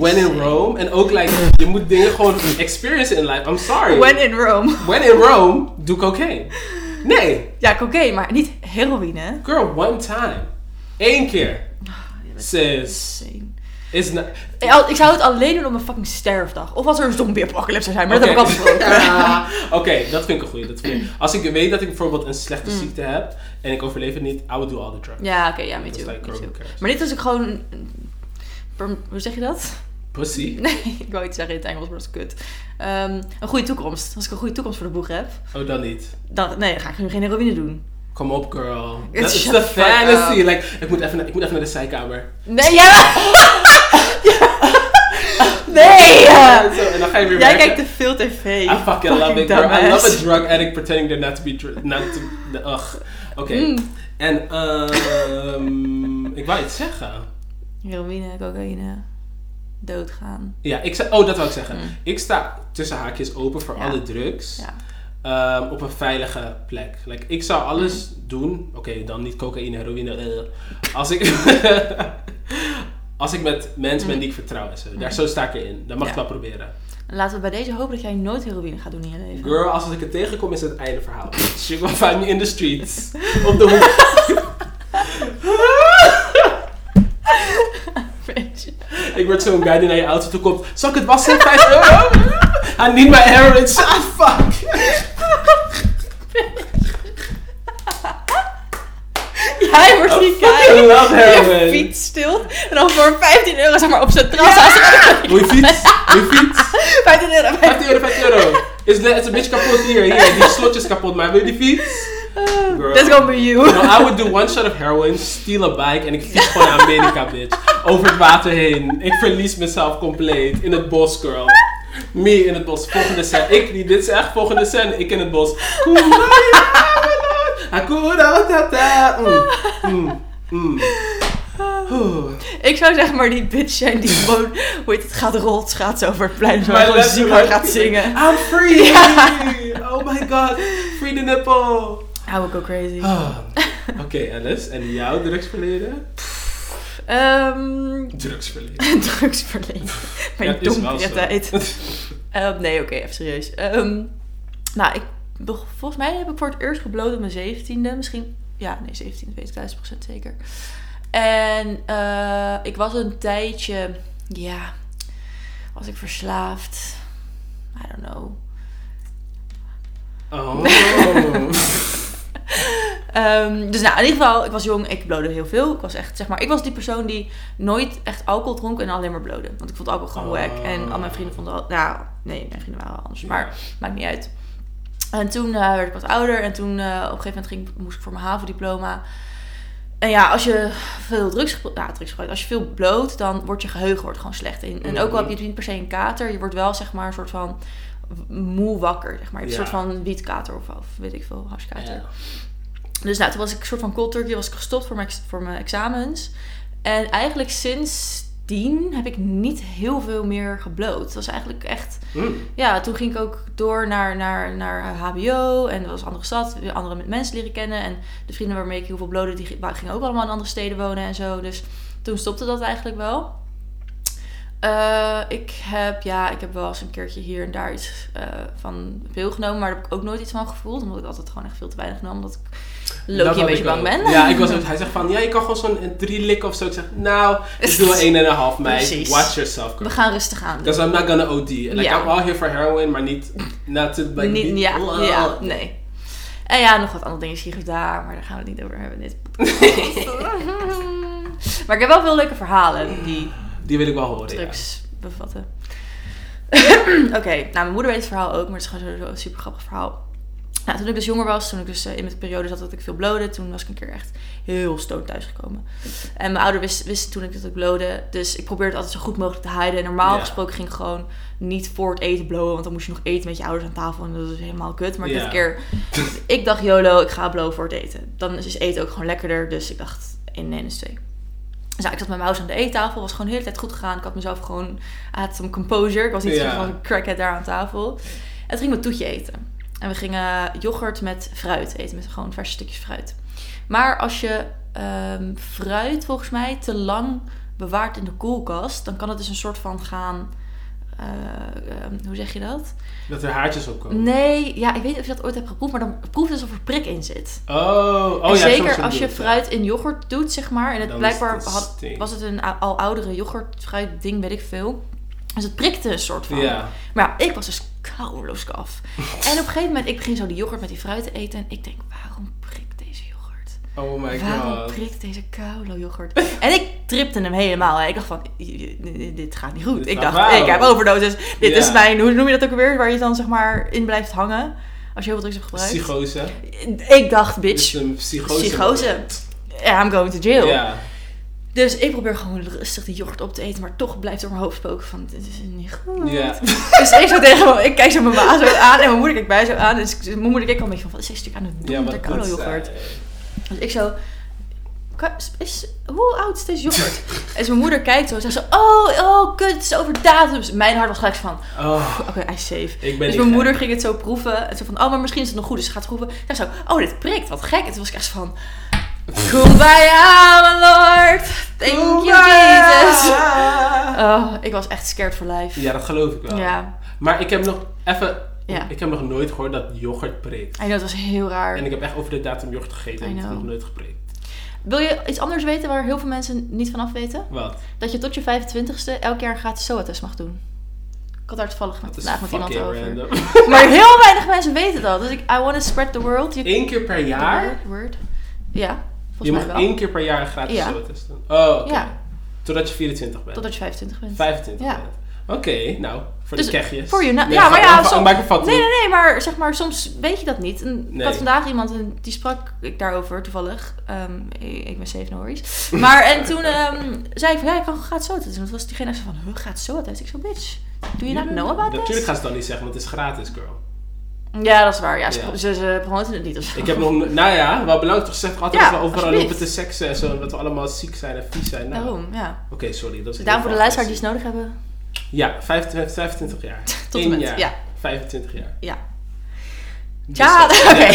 [SPEAKER 1] when in Rome. En ook like, je moet dingen gewoon experience in life. I'm sorry.
[SPEAKER 2] When in Rome.
[SPEAKER 1] When in Rome, doe cocaine. Nee.
[SPEAKER 2] Ja, cocaïne, maar niet heroïne.
[SPEAKER 1] Girl, one time. Eén keer.
[SPEAKER 2] je bent
[SPEAKER 1] Sis.
[SPEAKER 2] Insane.
[SPEAKER 1] Is not...
[SPEAKER 2] Ik al- ik zou het alleen doen op mijn fucking sterfdag. Of als er een zombie-apocalypse zou zijn, maar dat
[SPEAKER 1] Oké.
[SPEAKER 2] heb ik al besproken.
[SPEAKER 1] Ja. Oké, dat vind ik een goeie. Dat vind ik- Als ik weet dat ik bijvoorbeeld een slechte ziekte heb en ik overleef het niet, I would do all the drugs.
[SPEAKER 2] Mm. Ja, oké, ja, me
[SPEAKER 1] Dat is
[SPEAKER 2] too.
[SPEAKER 1] like,
[SPEAKER 2] me
[SPEAKER 1] girl,
[SPEAKER 2] too.
[SPEAKER 1] who cares?
[SPEAKER 2] Maar dit is ook gewoon... een- per- Hoe zeg je dat?
[SPEAKER 1] Pussy.
[SPEAKER 2] Nee, ik wou iets zeggen in het Engels, maar dat is kut. Ehm, een goede toekomst. Als ik een goede toekomst voor de boeg heb,
[SPEAKER 1] Oh, dan niet.
[SPEAKER 2] dan, nee, dan ga ik nu geen heroïne doen.
[SPEAKER 1] Kom op, girl.
[SPEAKER 2] It's
[SPEAKER 1] Dat is
[SPEAKER 2] shut
[SPEAKER 1] de
[SPEAKER 2] the fuck
[SPEAKER 1] fantasy.
[SPEAKER 2] up.
[SPEAKER 1] Like, ik, moet even naar, ik moet even naar de zijkamer.
[SPEAKER 2] Nee, ja! ja. Nee!
[SPEAKER 1] Zo, en dan ga je weer
[SPEAKER 2] Jij
[SPEAKER 1] werken.
[SPEAKER 2] kijkt te veel tv.
[SPEAKER 1] I fucking love it, girl. I
[SPEAKER 2] dumbass.
[SPEAKER 1] love a drug addict pretending they're not to be dr- not to, ugh. Oké.
[SPEAKER 2] Mm.
[SPEAKER 1] En ehm ik wou iets zeggen.
[SPEAKER 2] Heroïne, cocaïne, doodgaan.
[SPEAKER 1] Ja, ik zei, oh, dat wou ik zeggen.
[SPEAKER 2] Mm.
[SPEAKER 1] Ik sta tussen haakjes open voor
[SPEAKER 2] Ja.
[SPEAKER 1] alle drugs.
[SPEAKER 2] Ja.
[SPEAKER 1] ehm, op een veilige plek. Like, ik zou alles doen. Oké, dan niet cocaïne, heroïne. eh. Als ik. Als ik met mensen ben die ik vertrouw en zo. Daar zo sta ik erin. Dan mag ik
[SPEAKER 2] Ja.
[SPEAKER 1] wel proberen.
[SPEAKER 2] En laten we bij deze hopen dat jij nooit heroïne gaat doen in je leven.
[SPEAKER 1] Girl, als ik het tegenkom is het einde verhaal. She will find me in the streets. Op de hoek.
[SPEAKER 2] Bitch.
[SPEAKER 1] Ik word zo'n guy die naar je auto toe komt. Zal ik het wassen? 5 euro? I need my errands. Ah, fuck.
[SPEAKER 2] Jij wordt
[SPEAKER 1] Oh,
[SPEAKER 2] die
[SPEAKER 1] fucking
[SPEAKER 2] guy
[SPEAKER 1] love
[SPEAKER 2] die
[SPEAKER 1] heroin.
[SPEAKER 2] je fiets stilt en dan voor 15 euro zeg maar op zijn terras
[SPEAKER 1] Wil je fiets? Wil je fiets?
[SPEAKER 2] 15 euro.
[SPEAKER 1] 15 euro, 15 euro. Is net is een beetje kapot hier. Hier, die slotjes kapot. Maar wil je die fiets? Girl.
[SPEAKER 2] That's gonna be you.
[SPEAKER 1] No, Nou, I would do one shot of heroin, steal a bike en ik fiets gewoon naar Amerika, bitch. Over het water heen. Ik verlies mezelf compleet in het bos, girl. Me in het bos. Volgende scène. Ik die dit zegt. Volgende scène. Ik in het bos. Kumbaya, Hakuna Matata. Mm, mm, mm. Oeh.
[SPEAKER 2] Ik zou zeg maar die bitch zijn die gewoon, hoe heet het, gaat rolt, gaat zo over het plein, zo
[SPEAKER 1] Maar
[SPEAKER 2] gewoon
[SPEAKER 1] let's-
[SPEAKER 2] ziek hard gaat zingen.
[SPEAKER 1] I'm free. Oh my god. Free the nipple.
[SPEAKER 2] I would go crazy.
[SPEAKER 1] Ah. Oké, Alice. En jouw drugsverleden?
[SPEAKER 2] Ehm
[SPEAKER 1] Drugsverleden.
[SPEAKER 2] drugsverleden. Mijn
[SPEAKER 1] het is wel
[SPEAKER 2] donkere
[SPEAKER 1] zo.
[SPEAKER 2] tijd. Ehm, nee, oké, even serieus. Ehm, nou, ik, beg- volgens mij heb ik voor het eerst gebloot op mijn zeventiende. Misschien, ja, nee, zeventiende weet ik duizend procent zeker. En eh, ik was een tijdje, ja, was ik verslaafd. I don't know.
[SPEAKER 1] Oh.
[SPEAKER 2] Ehm, dus nou, in ieder geval, ik was jong, ik blode heel veel. Ik was echt, zeg maar, ik was die persoon die nooit echt alcohol dronk en alleen maar blode. Want ik vond alcohol gewoon
[SPEAKER 1] Ah.
[SPEAKER 2] wack. En al mijn vrienden vonden al, nou, nee, mijn vrienden waren wel anders, maar maakt niet uit. En toen eh, werd ik wat ouder en toen eh, op een gegeven moment ging, ik- moest ik voor mijn HAVO-diploma. En ja, als je veel drugs, gebru- nou, drugs gebruikt, als je veel bloot, dan wordt je geheugen wordt gewoon slecht. En, en ook al heb je niet per se een kater, je wordt wel zeg maar een soort van moe wakker, zeg maar. Je hebt een
[SPEAKER 1] Ja.
[SPEAKER 2] soort van wietkater of, of weet ik veel, harskater.
[SPEAKER 1] Ja.
[SPEAKER 2] Dus nou, toen was ik een soort van cold turkey, was ik gestopt voor mijn, ex- voor mijn examens. En eigenlijk sindsdien heb ik niet heel veel meer gebloot. Het was eigenlijk echt...
[SPEAKER 1] Mm.
[SPEAKER 2] Ja, toen ging ik ook door naar, naar, naar HBO en dat was een andere stad. Weer andere met mensen leren kennen. En de vrienden waarmee ik heel veel blode, die g- wa- gingen ook allemaal in andere steden wonen en zo. Dus toen stopte dat eigenlijk wel. Eh, ik heb, ja, ik heb wel eens een keertje hier en daar iets eh, van pil genomen. Maar daar heb ik ook nooit iets van gevoeld. Omdat ik altijd gewoon echt veel te weinig nam. Omdat ik
[SPEAKER 1] Nou, Dat
[SPEAKER 2] Loki een
[SPEAKER 1] had
[SPEAKER 2] beetje
[SPEAKER 1] ik
[SPEAKER 2] bang
[SPEAKER 1] ook.
[SPEAKER 2] ben.
[SPEAKER 1] Ja, ik was ook. Hij zegt van, ja, je kan gewoon zo'n eh, drie likken of zo. Ik zeg, nou, ik doe wel één en een half, meid.
[SPEAKER 2] Precies.
[SPEAKER 1] Watch yourself,
[SPEAKER 2] We
[SPEAKER 1] girl.
[SPEAKER 2] gaan rustig aan.
[SPEAKER 1] Because I'm not gonna OD. Like,
[SPEAKER 2] Ja.
[SPEAKER 1] I'm all here for heroin, maar niet... Not to, like,
[SPEAKER 2] niet,
[SPEAKER 1] be-
[SPEAKER 2] ja,
[SPEAKER 1] Blah.
[SPEAKER 2] ja, nee. En ja, nog wat andere dingen hier of daar, maar daar gaan we het niet over hebben in dit podcast. maar ik heb wel veel leuke verhalen die
[SPEAKER 1] Die wil ik wel horen, ja.
[SPEAKER 2] drugs bevatten. Oké, nou mijn moeder weet het verhaal ook, maar het is gewoon zo'n super grappig verhaal. Nou, toen ik dus jonger was, toen ik dus eh, in mijn periode zat dat ik veel blode, toen was ik een keer echt heel stoned thuisgekomen. En mijn ouder wist, wist toen ik dat ik blode, dus ik probeerde het altijd zo goed mogelijk te hiden. En normaal
[SPEAKER 1] Ja.
[SPEAKER 2] gesproken ging ik gewoon niet voor het eten blowen, want dan moest je nog eten met je ouders aan tafel en dat is helemaal kut. Maar
[SPEAKER 1] Ja.
[SPEAKER 2] dit keer, ik dacht YOLO, ik ga blowen voor het eten. Dan is eten ook gewoon lekkerder, dus ik dacht 1 en 1 is 2. Dus ja, ik zat met mijn ouders aan de eettafel, was gewoon de hele tijd goed gegaan. Ik had mezelf gewoon, I had some composure. Ik was niet
[SPEAKER 1] Ja.
[SPEAKER 2] zo van een crackhead daar aan tafel. En toen gingen we toetje eten. En we gingen yoghurt met fruit eten, met gewoon verse stukjes fruit. Maar als je ehm, fruit volgens mij te lang bewaart in de koelkast, dan kan het dus een soort van gaan... eh, ehm, hoe zeg je dat?
[SPEAKER 1] Dat er haartjes op komen.
[SPEAKER 2] Nee, ja, ik weet niet of je dat ooit hebt geproefd, maar dan proeft het alsof er prik in zit.
[SPEAKER 1] Oh, oh ja.
[SPEAKER 2] En
[SPEAKER 1] soms
[SPEAKER 2] zeker
[SPEAKER 1] zo
[SPEAKER 2] als je
[SPEAKER 1] doet, ja.
[SPEAKER 2] fruit in yoghurt doet, zeg maar. En het
[SPEAKER 1] Dan is
[SPEAKER 2] blijkbaar
[SPEAKER 1] het een
[SPEAKER 2] had-
[SPEAKER 1] sting.
[SPEAKER 2] was het een ou- al oudere yoghurtfruit ding, weet ik veel. Dus het prikte een soort van.
[SPEAKER 1] Ja.
[SPEAKER 2] Maar ja, ik was dus koudeloos af. en op een gegeven moment, ik begin zo die yoghurt met die fruit te eten. En ik denk, waarom prikt deze yoghurt?
[SPEAKER 1] Oh my
[SPEAKER 2] Waarom
[SPEAKER 1] god.
[SPEAKER 2] prikt deze koude yoghurt? En ik tripte hem helemaal. Hè. Ik dacht van, dit gaat niet goed.
[SPEAKER 1] Dit
[SPEAKER 2] ik
[SPEAKER 1] gaat
[SPEAKER 2] dacht,
[SPEAKER 1] fout.
[SPEAKER 2] ik heb overdosis. Dit
[SPEAKER 1] Ja.
[SPEAKER 2] is mijn, hoe noem je dat ook weer? Waar je dan zeg maar in blijft hangen. Als je heel veel drugs hebt gebruikt.
[SPEAKER 1] Psychose.
[SPEAKER 2] Ik dacht,
[SPEAKER 1] Dit
[SPEAKER 2] bitch,
[SPEAKER 1] is een psychose.
[SPEAKER 2] Psychose. I'm going to jail.
[SPEAKER 1] Ja.
[SPEAKER 2] Dus ik probeer gewoon rustig die yoghurt op te eten, maar toch blijft door mijn hoofd spoken van dit is niet goed.
[SPEAKER 1] Ja.
[SPEAKER 2] Dus ik, zo tegen, me- ik kijk zo mijn ma zo aan en mijn moeder kijkt mij zo aan. Dus ik- mijn moeder kijkt al een beetje van wat is deze natuurlijk aan het doen
[SPEAKER 1] Ja,
[SPEAKER 2] met haar
[SPEAKER 1] dat
[SPEAKER 2] koude
[SPEAKER 1] is, eh,
[SPEAKER 2] yoghurt. Dus ik zo... "Ka- is- Is, hoe oud is deze yoghurt? en zijn moeder kijkt zo en zegt zo... Oh, oh, kut, het is over datum. Dus Mijn hart was gelijk van...
[SPEAKER 1] Oh,
[SPEAKER 2] Oké, I save.
[SPEAKER 1] ik ben
[SPEAKER 2] Dus
[SPEAKER 1] niet
[SPEAKER 2] mijn
[SPEAKER 1] gek. Oh
[SPEAKER 2] moeder ging het zo proeven. En zo van... Oh, maar misschien is het nog goed. Dus ze gaat proeven. En zo... Oh, dit prikt. Wat gek. En toen was ik echt van... Kumbaya, my lord. Thank you,
[SPEAKER 1] Kumbaya!
[SPEAKER 2] Jesus. Oh, ik was echt scared for life.
[SPEAKER 1] Ja, dat geloof ik wel.
[SPEAKER 2] Ja.
[SPEAKER 1] Maar ik heb nog even...
[SPEAKER 2] Ja.
[SPEAKER 1] Ik heb nog nooit gehoord dat yoghurt prikt.
[SPEAKER 2] I know, het was heel raar.
[SPEAKER 1] En ik heb echt over de datum yoghurt gegeten en
[SPEAKER 2] I
[SPEAKER 1] het is
[SPEAKER 2] know.
[SPEAKER 1] nog nooit geprikt.
[SPEAKER 2] Wil je iets anders weten waar heel veel mensen niet van af weten?
[SPEAKER 1] Wat?
[SPEAKER 2] Dat je tot je 25ste elk jaar een gratis SOA-test mag doen. Ik had daar toevallig met,
[SPEAKER 1] Dat is
[SPEAKER 2] vandaag met iemand
[SPEAKER 1] fucking
[SPEAKER 2] over.
[SPEAKER 1] random.
[SPEAKER 2] Maar heel weinig mensen weten dat. Dus ik, I want to spread the world. You-
[SPEAKER 1] Eén keer per jaar?
[SPEAKER 2] The word. Ja, volgens
[SPEAKER 1] Je
[SPEAKER 2] mij
[SPEAKER 1] mag
[SPEAKER 2] wel.
[SPEAKER 1] één keer per jaar een gratis
[SPEAKER 2] Ja.
[SPEAKER 1] SOA testen. Oh, oké.
[SPEAKER 2] Ja,
[SPEAKER 1] Totdat je 24 bent.
[SPEAKER 2] totdat je 25 bent.
[SPEAKER 1] 25
[SPEAKER 2] Ja.
[SPEAKER 1] bent. Oké, nou, voor
[SPEAKER 2] Dus
[SPEAKER 1] de kegjes.
[SPEAKER 2] voor je na-
[SPEAKER 1] Nee,
[SPEAKER 2] ja,
[SPEAKER 1] grap,
[SPEAKER 2] maar ja,
[SPEAKER 1] ik maak-
[SPEAKER 2] som-
[SPEAKER 1] ik maak een vat.
[SPEAKER 2] Nee, nee, nee, maar zeg maar, soms weet je dat niet. En Ik
[SPEAKER 1] Nee.
[SPEAKER 2] had vandaag iemand, en die sprak ik daarover toevallig. Ehm, ik ik ben safe, no worries. Maar en toen ehm, zei ik van, ja, ik kan gewoon gratis zo testen. Want toen was diegene echt zo van, huh, gratis zo testen? Ik zo, bitch, do you not know about this?
[SPEAKER 1] Natuurlijk gaan ze dat niet zeggen, want het is gratis, girl.
[SPEAKER 2] Ja, dat is waar. Ja, ze,
[SPEAKER 1] Ja.
[SPEAKER 2] ze, ze promoten het niet of zo.
[SPEAKER 1] Ik heb nog, nou ja, wel belangrijk toch zegt altijd
[SPEAKER 2] Ja,
[SPEAKER 1] dat we overal
[SPEAKER 2] alsjeblieft.
[SPEAKER 1] lopen te seksen en zo, en dat we allemaal ziek zijn en vies zijn. Nou,
[SPEAKER 2] Daarom, ja.
[SPEAKER 1] Oké, sorry, dat is
[SPEAKER 2] Dus daarom voor de luisteraar die
[SPEAKER 1] die
[SPEAKER 2] het nodig hebben.
[SPEAKER 1] Ja, 25, 25 jaar.
[SPEAKER 2] Tot en
[SPEAKER 1] Eén
[SPEAKER 2] met,
[SPEAKER 1] jaar.
[SPEAKER 2] ja.
[SPEAKER 1] 25 jaar.
[SPEAKER 2] Ja.
[SPEAKER 1] Dus
[SPEAKER 2] Ja,
[SPEAKER 1] dat-
[SPEAKER 2] oké.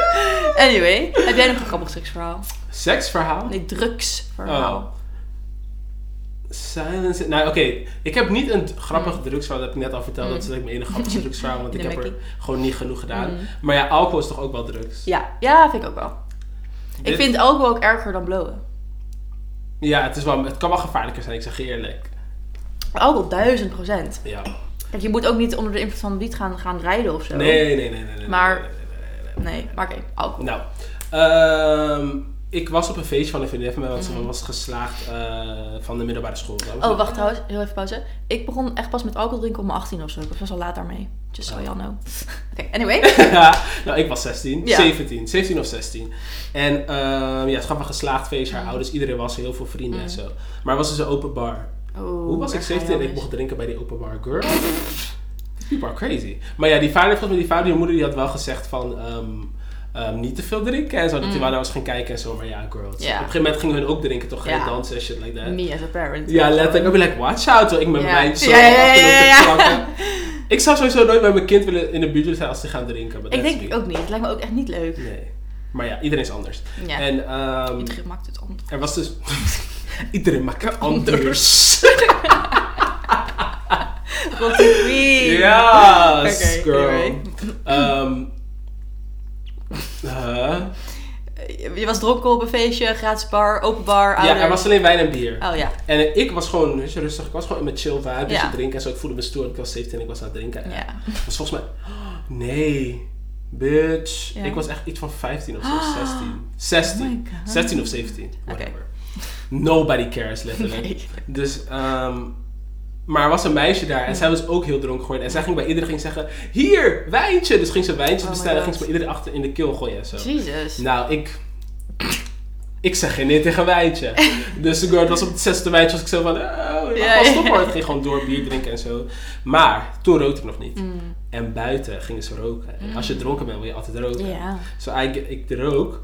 [SPEAKER 2] anyway, heb jij nog een grappig seksverhaal?
[SPEAKER 1] Seksverhaal?
[SPEAKER 2] Nee, drugsverhaal.
[SPEAKER 1] Oh. Silence. Nou, oké. Ik heb niet een d- grappig drugsverhaal, dat heb ik net al verteld. Dat is mijn enige grappige drugsverhaal, want ik
[SPEAKER 2] Mm. Nee, Mm.
[SPEAKER 1] heb er
[SPEAKER 2] Mackie.
[SPEAKER 1] gewoon niet genoeg gedaan. Maar ja, alcohol is toch ook wel drugs?
[SPEAKER 2] Ja, ja, vind ik ook wel. Ik
[SPEAKER 1] Dit-
[SPEAKER 2] vind alcohol ook erger dan blowen.
[SPEAKER 1] Ja, het, is wel, het kan wel gevaarlijker zijn, ik zeg je eerlijk.
[SPEAKER 2] Alcohol, duizend procent.
[SPEAKER 1] Ja.
[SPEAKER 2] Kijk, je moet ook niet onder de invloed van wiet gaan, gaan rijden of zo.
[SPEAKER 1] Nee, nee, nee, nee. nee, nee,
[SPEAKER 2] Maar-
[SPEAKER 1] nee, nee, nee, nee, nee.
[SPEAKER 2] Nee, maar oké, alcohol.
[SPEAKER 1] Nou, ehm, ik was op een feestje van een vriendin van mij, want ze was geslaagd eh, van de middelbare school.
[SPEAKER 2] Mhm. Oh, wacht trouwens, heel even pauze. Ik begon echt pas met alcohol drinken om mijn 18 of zo. Ik was al laat daarmee. Just so
[SPEAKER 1] Oh.
[SPEAKER 2] y'all know. Oké, anyway.
[SPEAKER 1] ja, nou, ik was 16,
[SPEAKER 2] Ja.
[SPEAKER 1] 17, 17 of 16. En ehm, ja, het gaf een geslaagd feest,
[SPEAKER 2] Mhm.
[SPEAKER 1] haar ouders, iedereen was er, heel veel vrienden en zo. Maar het was dus een open bar.
[SPEAKER 2] Oh,
[SPEAKER 1] Hoe was
[SPEAKER 2] daar
[SPEAKER 1] ik
[SPEAKER 2] ga je
[SPEAKER 1] 17 en
[SPEAKER 2] al
[SPEAKER 1] ik
[SPEAKER 2] mis.
[SPEAKER 1] mocht drinken bij die open bar girl? People are crazy. Maar ja, die vader, volgens mij die vader, die moeder, die had wel gezegd van... ehm, ehm, niet te veel drinken en zo. Dat die wel naar ons ging kijken en zo. Maar ja, girl. het is-
[SPEAKER 2] Mhm. Ja.
[SPEAKER 1] Op een gegeven moment gingen hun ook drinken, toch? Gaan
[SPEAKER 2] Ja.
[SPEAKER 1] dansen en shit like that.
[SPEAKER 2] Me as a parent.
[SPEAKER 1] Ja, letterlijk. Ik ben like, watch out. terwijl Ik met
[SPEAKER 2] Ja.
[SPEAKER 1] mijn zo
[SPEAKER 2] Ja, ja, ja,
[SPEAKER 1] achterop
[SPEAKER 2] ja,
[SPEAKER 1] te
[SPEAKER 2] ja.
[SPEAKER 1] plakken. Ik zou sowieso nooit bij mijn kind willen in de buurt zijn als ze gaan drinken. but
[SPEAKER 2] Ik
[SPEAKER 1] that's
[SPEAKER 2] denk ik
[SPEAKER 1] me.
[SPEAKER 2] ook niet. Het lijkt me ook echt niet leuk.
[SPEAKER 1] Nee. Maar ja, iedereen is anders.
[SPEAKER 2] Ja.
[SPEAKER 1] En ehm,
[SPEAKER 2] Iedereen maakt het anders.
[SPEAKER 1] er was dus... iedereen maakt het anders.
[SPEAKER 2] Rotte Queen.
[SPEAKER 1] yes,
[SPEAKER 2] Oké,
[SPEAKER 1] girl.
[SPEAKER 2] anyway.
[SPEAKER 1] Ehm, huh?
[SPEAKER 2] Je was dronken op een feestje, gratis bar, open bar,
[SPEAKER 1] ja,
[SPEAKER 2] ouders.
[SPEAKER 1] er was alleen wijn en bier.
[SPEAKER 2] Oh ja.
[SPEAKER 1] En eh, ik was gewoon weet je, rustig. Ik was gewoon in mijn chill vibe. Dus
[SPEAKER 2] Ja.
[SPEAKER 1] ik drinken en zo. Ik voelde me stoer. Ik was 17 en ik was aan het drinken. En
[SPEAKER 2] ja.
[SPEAKER 1] was volgens mij... oh, nee. Bitch.
[SPEAKER 2] Ja. Ah.
[SPEAKER 1] Ik was echt iets van 15 of zo. 16. 16.
[SPEAKER 2] Oh my God.
[SPEAKER 1] 16 of 17. Whatever. Nobody cares, letterlijk.
[SPEAKER 2] Nee.
[SPEAKER 1] Dus... ehm, maar er was een meisje daar en zij was ook heel dronken geworden. En zij ging bij iedereen ging zeggen, hier, wijntje. Dus ging ze wijntjes
[SPEAKER 2] Oh my
[SPEAKER 1] bestellen en ging
[SPEAKER 2] God.
[SPEAKER 1] ze bij iedereen achter in de keel gooien en zo.
[SPEAKER 2] Jezus.
[SPEAKER 1] Nou, ik... Ik zeg geen nee tegen wijntje. Dus ik was op het zesde wijntje was ik zo van... Oh,
[SPEAKER 2] Ja,
[SPEAKER 1] pas
[SPEAKER 2] ja,
[SPEAKER 1] op
[SPEAKER 2] ja.
[SPEAKER 1] hoor. Het ging gewoon door bier drinken en zo. Maar toen rookte ik nog niet.
[SPEAKER 2] Mm.
[SPEAKER 1] En buiten gingen ze roken. En als je dronken bent wil je altijd roken.
[SPEAKER 2] Ja.
[SPEAKER 1] Zo ik, ik rook.